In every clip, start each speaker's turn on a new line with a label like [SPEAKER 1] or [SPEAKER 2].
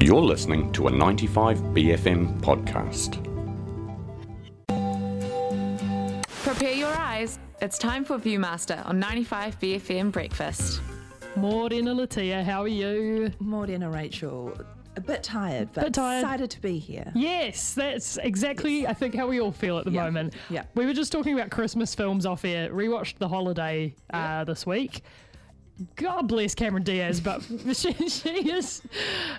[SPEAKER 1] You're listening to a 95BFM podcast.
[SPEAKER 2] Prepare your eyes. It's time for Viewmaster on 95BFM Breakfast.
[SPEAKER 3] Morena Latia, how are you?
[SPEAKER 4] Maureen and Rachel, a bit tired, but
[SPEAKER 3] Bit tired. Hmm.
[SPEAKER 4] excited to be here.
[SPEAKER 3] Yes, that's exactly I think how we all feel at the
[SPEAKER 4] Yeah,
[SPEAKER 3] moment.
[SPEAKER 4] yeah.
[SPEAKER 3] We were just talking about Christmas films off air. Rewatched The Holiday uh, this week. God bless Cameron Diaz, but she, she is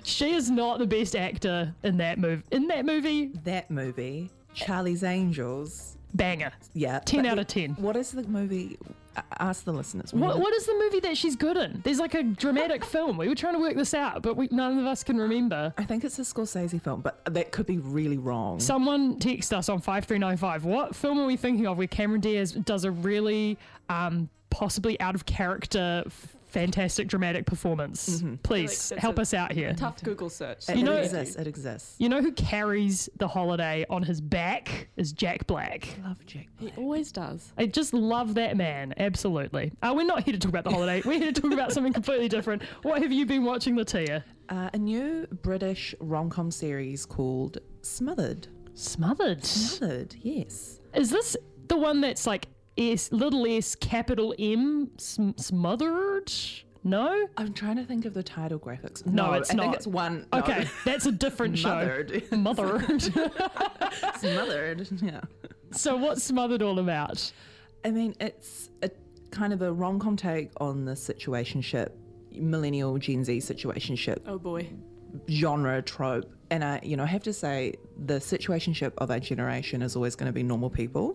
[SPEAKER 3] she is not the best actor in that move in that movie.
[SPEAKER 4] That movie, Charlie's Angels.
[SPEAKER 3] Banger.
[SPEAKER 4] Yeah.
[SPEAKER 3] 10
[SPEAKER 4] but
[SPEAKER 3] out
[SPEAKER 4] the-
[SPEAKER 3] of 10.
[SPEAKER 4] What is the movie? a- Ask the listeners.
[SPEAKER 3] What, what is the movie that she's good in? There's like a dramatic film. We were trying to work this out, but we, none of us can remember.
[SPEAKER 4] I think it's a Scorsese film, but that could be really wrong.
[SPEAKER 3] Someone text us on 5395. What film are we thinking of where Cameron Diaz does a really um, possibly out of character, f- fantastic dramatic performance? Please
[SPEAKER 5] Like,
[SPEAKER 3] help
[SPEAKER 5] it's a
[SPEAKER 3] us out here.
[SPEAKER 5] Tough Google search.
[SPEAKER 4] it,
[SPEAKER 3] you
[SPEAKER 4] it
[SPEAKER 3] know-
[SPEAKER 4] exists. It exists.
[SPEAKER 3] You know who carries the holiday on his back is Jack Black.
[SPEAKER 4] Love Jack.
[SPEAKER 5] He always does.
[SPEAKER 3] I just love that man. Absolutely. Uh, we're not here to talk about the holiday. We're here to talk about something completely different. What have you been watching, Latia?
[SPEAKER 4] Uh, a new British rom com series called Smothered.
[SPEAKER 3] Smothered.
[SPEAKER 4] Smothered, yes.
[SPEAKER 3] Is this the one that's like S, little s, capital M, sm- smothered? No?
[SPEAKER 4] I'm trying to think of the title graphics.
[SPEAKER 3] No, it's
[SPEAKER 4] I
[SPEAKER 3] not.
[SPEAKER 4] think it's one. no.
[SPEAKER 3] Okay, that's a different show.
[SPEAKER 4] Mothered.
[SPEAKER 3] Mothered.
[SPEAKER 4] Smothered. Yeah.
[SPEAKER 3] so what's Smothered all about?
[SPEAKER 4] I mean, it's a kind of a rom com take on the situationship, millennial Gen Z situationship
[SPEAKER 5] Oh boy.
[SPEAKER 4] genre trope. And I, you know, I have to say the situationship of our generation is always going to be normal people,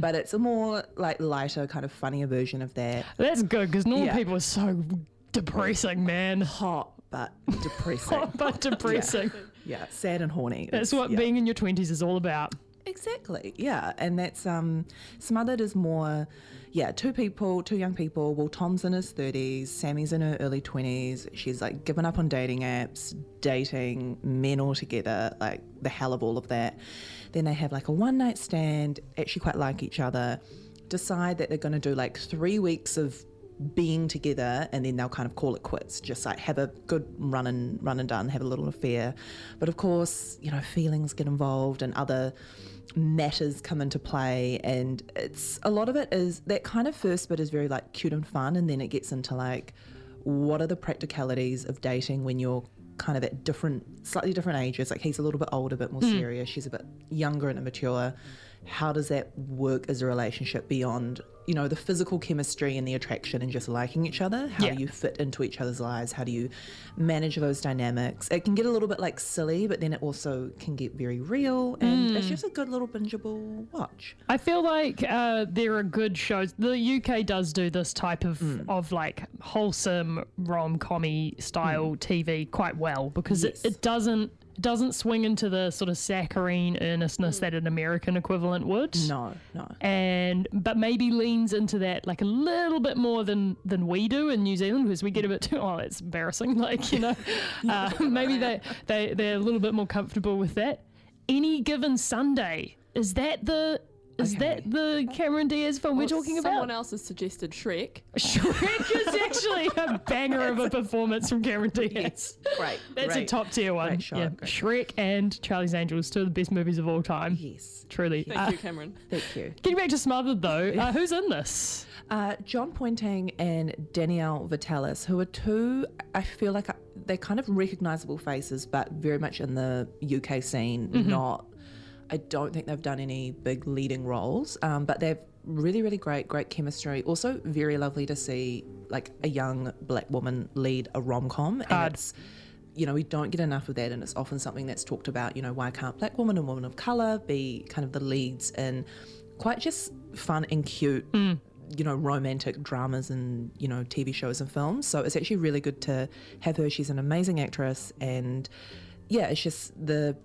[SPEAKER 4] but it's a more like lighter, kind of funnier version of that.
[SPEAKER 3] That's good because normal
[SPEAKER 4] Yeah.
[SPEAKER 3] people are so depressing, man.
[SPEAKER 4] Hot but depressing.
[SPEAKER 3] but depressing.
[SPEAKER 4] yeah, sad and horny.
[SPEAKER 3] That's
[SPEAKER 4] It's-
[SPEAKER 3] what
[SPEAKER 4] yeah.
[SPEAKER 3] being in your 20s is all about.
[SPEAKER 4] Exactly. Yeah, and that's um smothered is more yeah, two people, two young people. Well, Tom's in his 30s, Sammy's in her early 20s. She's like given up on dating apps, dating men altogether, like the hell of all of that. Then they have like a one-night stand, actually quite like each other, decide that they're going to do like 3 weeks of being together and then they'll kind of call it quits just like have a good run and run and done have a little affair but of course you know feelings get involved and other matters come into play and it's a lot of it is that kind of first bit is very like cute and fun and then it gets into like what are the practicalities of dating when you're kind of at different slightly different ages like he's a little bit older a bit
[SPEAKER 3] Hmm.
[SPEAKER 4] more serious she's a bit younger and immature how does that work as a relationship beyond you know the physical chemistry and the attraction and just liking each other how
[SPEAKER 3] Yeah.
[SPEAKER 4] do you fit into each other's lives how do you manage those dynamics it can get a little bit like silly but then it also can get very real and
[SPEAKER 3] Hmm.
[SPEAKER 4] it's just a good little bingeable watch
[SPEAKER 3] I feel like uh, there are good shows. The UK does do this type of of like wholesome rom commy style TV quite well because it, it doesn't it doesn't swing into the sort of saccharine earnestness that an American equivalent would.
[SPEAKER 4] no no
[SPEAKER 3] And but maybe leans into that like a little bit more than than we do in New Zealand because we get a bit too oh that's embarrassing like you know uh, maybe they they they're a little bit more comfortable with that. Any given Sunday is that the is that the Cameron Diaz film we're talking
[SPEAKER 5] Someone
[SPEAKER 3] about?
[SPEAKER 5] else has suggested Shrek.
[SPEAKER 3] Shrek is actually a banger of a performance from Cameron Diaz.
[SPEAKER 4] great
[SPEAKER 3] That's a
[SPEAKER 4] great.
[SPEAKER 3] top tier one.
[SPEAKER 4] Great show,
[SPEAKER 3] yeah.
[SPEAKER 4] great
[SPEAKER 3] Shrek and Charlie's Angels, two of the best movies of all time.
[SPEAKER 4] yes
[SPEAKER 3] Truly.
[SPEAKER 5] Thank
[SPEAKER 3] Uh,
[SPEAKER 5] you, Cameron.
[SPEAKER 4] thank you
[SPEAKER 3] Getting back to Smothered though, uh, who's in this?
[SPEAKER 4] Uh, John Pointing and Danielle Vitalis, who are two, I feel like uh, they're kind of recognizable faces, but very much in the UK scene. Not, I don't think they've done any big leading roles, um, but they've really, really great, great chemistry. Also, very lovely to see like a young black woman lead a rom com. And it's, you know, we don't get enough of that, and it's often something that's talked about. You know, why can't black women and women of color be kind of the leads in quite just fun and cute, you know, romantic dramas and you know TV shows and films? So it's actually really good to have her. She's an amazing actress, and yeah, it's just the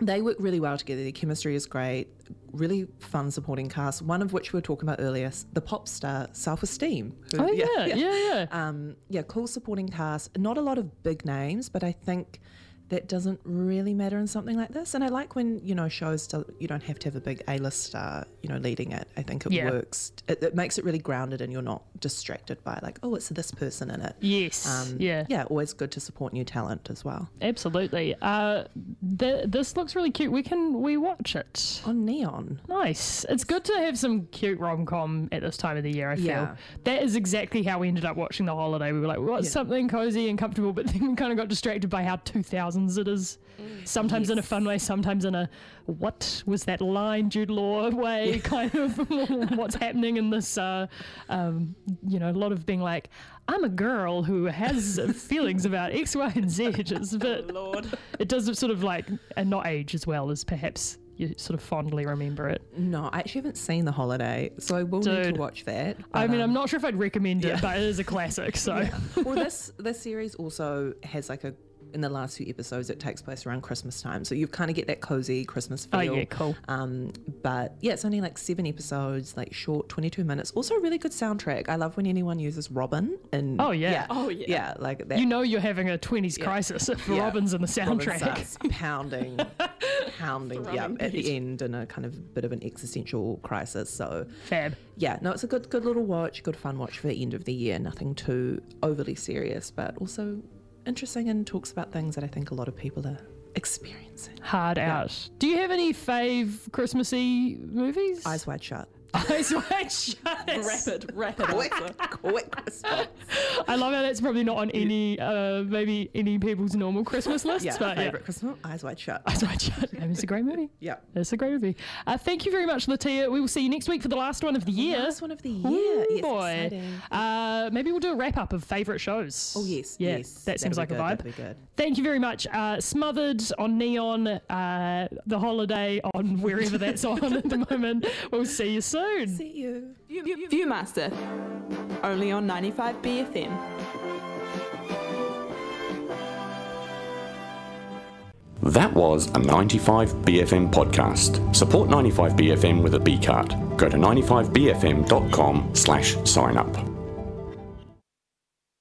[SPEAKER 4] they work really well together. Their chemistry is great. Really fun supporting cast. One of which we were talking about earlier, s- the pop star Self Esteem. who-
[SPEAKER 3] Oh yeah, yeah, yeah.
[SPEAKER 4] um, yeah, cool supporting cast. Not a lot of big names, but I think that doesn't really matter in something like this. And I like when you know shows do, you don't have to have a big A-list star, you know, leading it. I think it
[SPEAKER 3] Yeah.
[SPEAKER 4] works. It, it makes it really grounded, and you're not distracted by like, oh, it's this person in it. Um,
[SPEAKER 3] Yes. um, yeah.
[SPEAKER 4] Yeah, always good to support new talent as well.
[SPEAKER 3] Absolutely. Uh, th- this looks really cute. We can we watch it.
[SPEAKER 4] On Neon,
[SPEAKER 3] Nice. It's good to have some cute rom com at this time of the year. I feel
[SPEAKER 4] Yeah.
[SPEAKER 3] that is exactly how we ended up watching the holiday. We were like, we want something cozy and comfortable, but then we kind of got distracted by how two thousands it is. Sometimes in a fun way, sometimes in a what was that line, Jude Law way, kind of what's happening in this. Uh, um, you know, a lot of being like, I'm a girl who has feelings about X, Y, and Z. It's a bit
[SPEAKER 5] Lord.
[SPEAKER 3] it does sort of like and not age as well as perhaps you sort of fondly remember it.
[SPEAKER 4] no, I actually haven't seen The Holiday, so I will need
[SPEAKER 3] Dude.
[SPEAKER 4] to watch that.
[SPEAKER 3] I
[SPEAKER 4] But,
[SPEAKER 3] mean,
[SPEAKER 4] um,
[SPEAKER 3] I'm not sure if I'd recommend it, but it is a classic. So
[SPEAKER 4] well, this this series also has like a in the last few episodes it takes place around Christmas time, so you kind of get that cozy Christmas
[SPEAKER 3] Oh,
[SPEAKER 4] feel.
[SPEAKER 3] yeah, cool.
[SPEAKER 4] Um, but yeah, it's only like seven episodes, like short, twenty two minutes. Also, a really good soundtrack. I love when anyone uses Robin. And
[SPEAKER 3] Oh, yeah.
[SPEAKER 5] Oh, yeah.
[SPEAKER 4] yeah, like that.
[SPEAKER 3] you know you're having a 20s crisis if
[SPEAKER 4] Yeah.
[SPEAKER 3] Robin's in the
[SPEAKER 4] Robin
[SPEAKER 3] soundtrack.
[SPEAKER 4] starts pounding, pounding, yeah,
[SPEAKER 5] Thrumming
[SPEAKER 4] at the end in a kind of bit of an existential crisis. So
[SPEAKER 3] Fab.
[SPEAKER 4] yeah, no, it's a good, good little watch, good fun watch for the end of the year. Nothing too overly serious, but also interesting and talks about things that I think a lot of people are experiencing.
[SPEAKER 3] Hard out. Do you have any fave Christmassy movies?
[SPEAKER 4] Eyes wide shut.
[SPEAKER 3] Eyes Wide Shut.
[SPEAKER 5] Rapid, rapid answer.
[SPEAKER 4] Quick response.
[SPEAKER 3] I love how that's probably not on any, uh, maybe any people's normal Christmas lists,
[SPEAKER 4] Yeah,
[SPEAKER 3] but
[SPEAKER 4] favorite
[SPEAKER 3] yeah.
[SPEAKER 4] Christmas. Eyes wide shut.
[SPEAKER 3] Eyes Wide Shut. I mean, it's a great movie.
[SPEAKER 4] Yeah.
[SPEAKER 3] That's a great movie. Uh, thank you very much, Latia. We will see you next week for the last one of the year.
[SPEAKER 4] Last one of the year.
[SPEAKER 3] Ooh,
[SPEAKER 4] yes,
[SPEAKER 3] Oh, boy.
[SPEAKER 4] exciting.
[SPEAKER 3] Uh, maybe we'll do a wrap up of favourite shows.
[SPEAKER 4] Oh yes,
[SPEAKER 3] Yeah,
[SPEAKER 4] yes.
[SPEAKER 3] That seems like
[SPEAKER 4] That'll
[SPEAKER 3] a vibe.
[SPEAKER 4] be good, that'll be good.
[SPEAKER 3] Thank you very much. Uh, Smothered on Neon, uh, The Holiday on wherever that's on at the moment. We'll see you soon.
[SPEAKER 4] See you.
[SPEAKER 5] Viewmaster. Only on 95BFM.
[SPEAKER 1] That was a 95BFM podcast. Support 95BFM with a B card. Go to 95BFM.com slash sign up.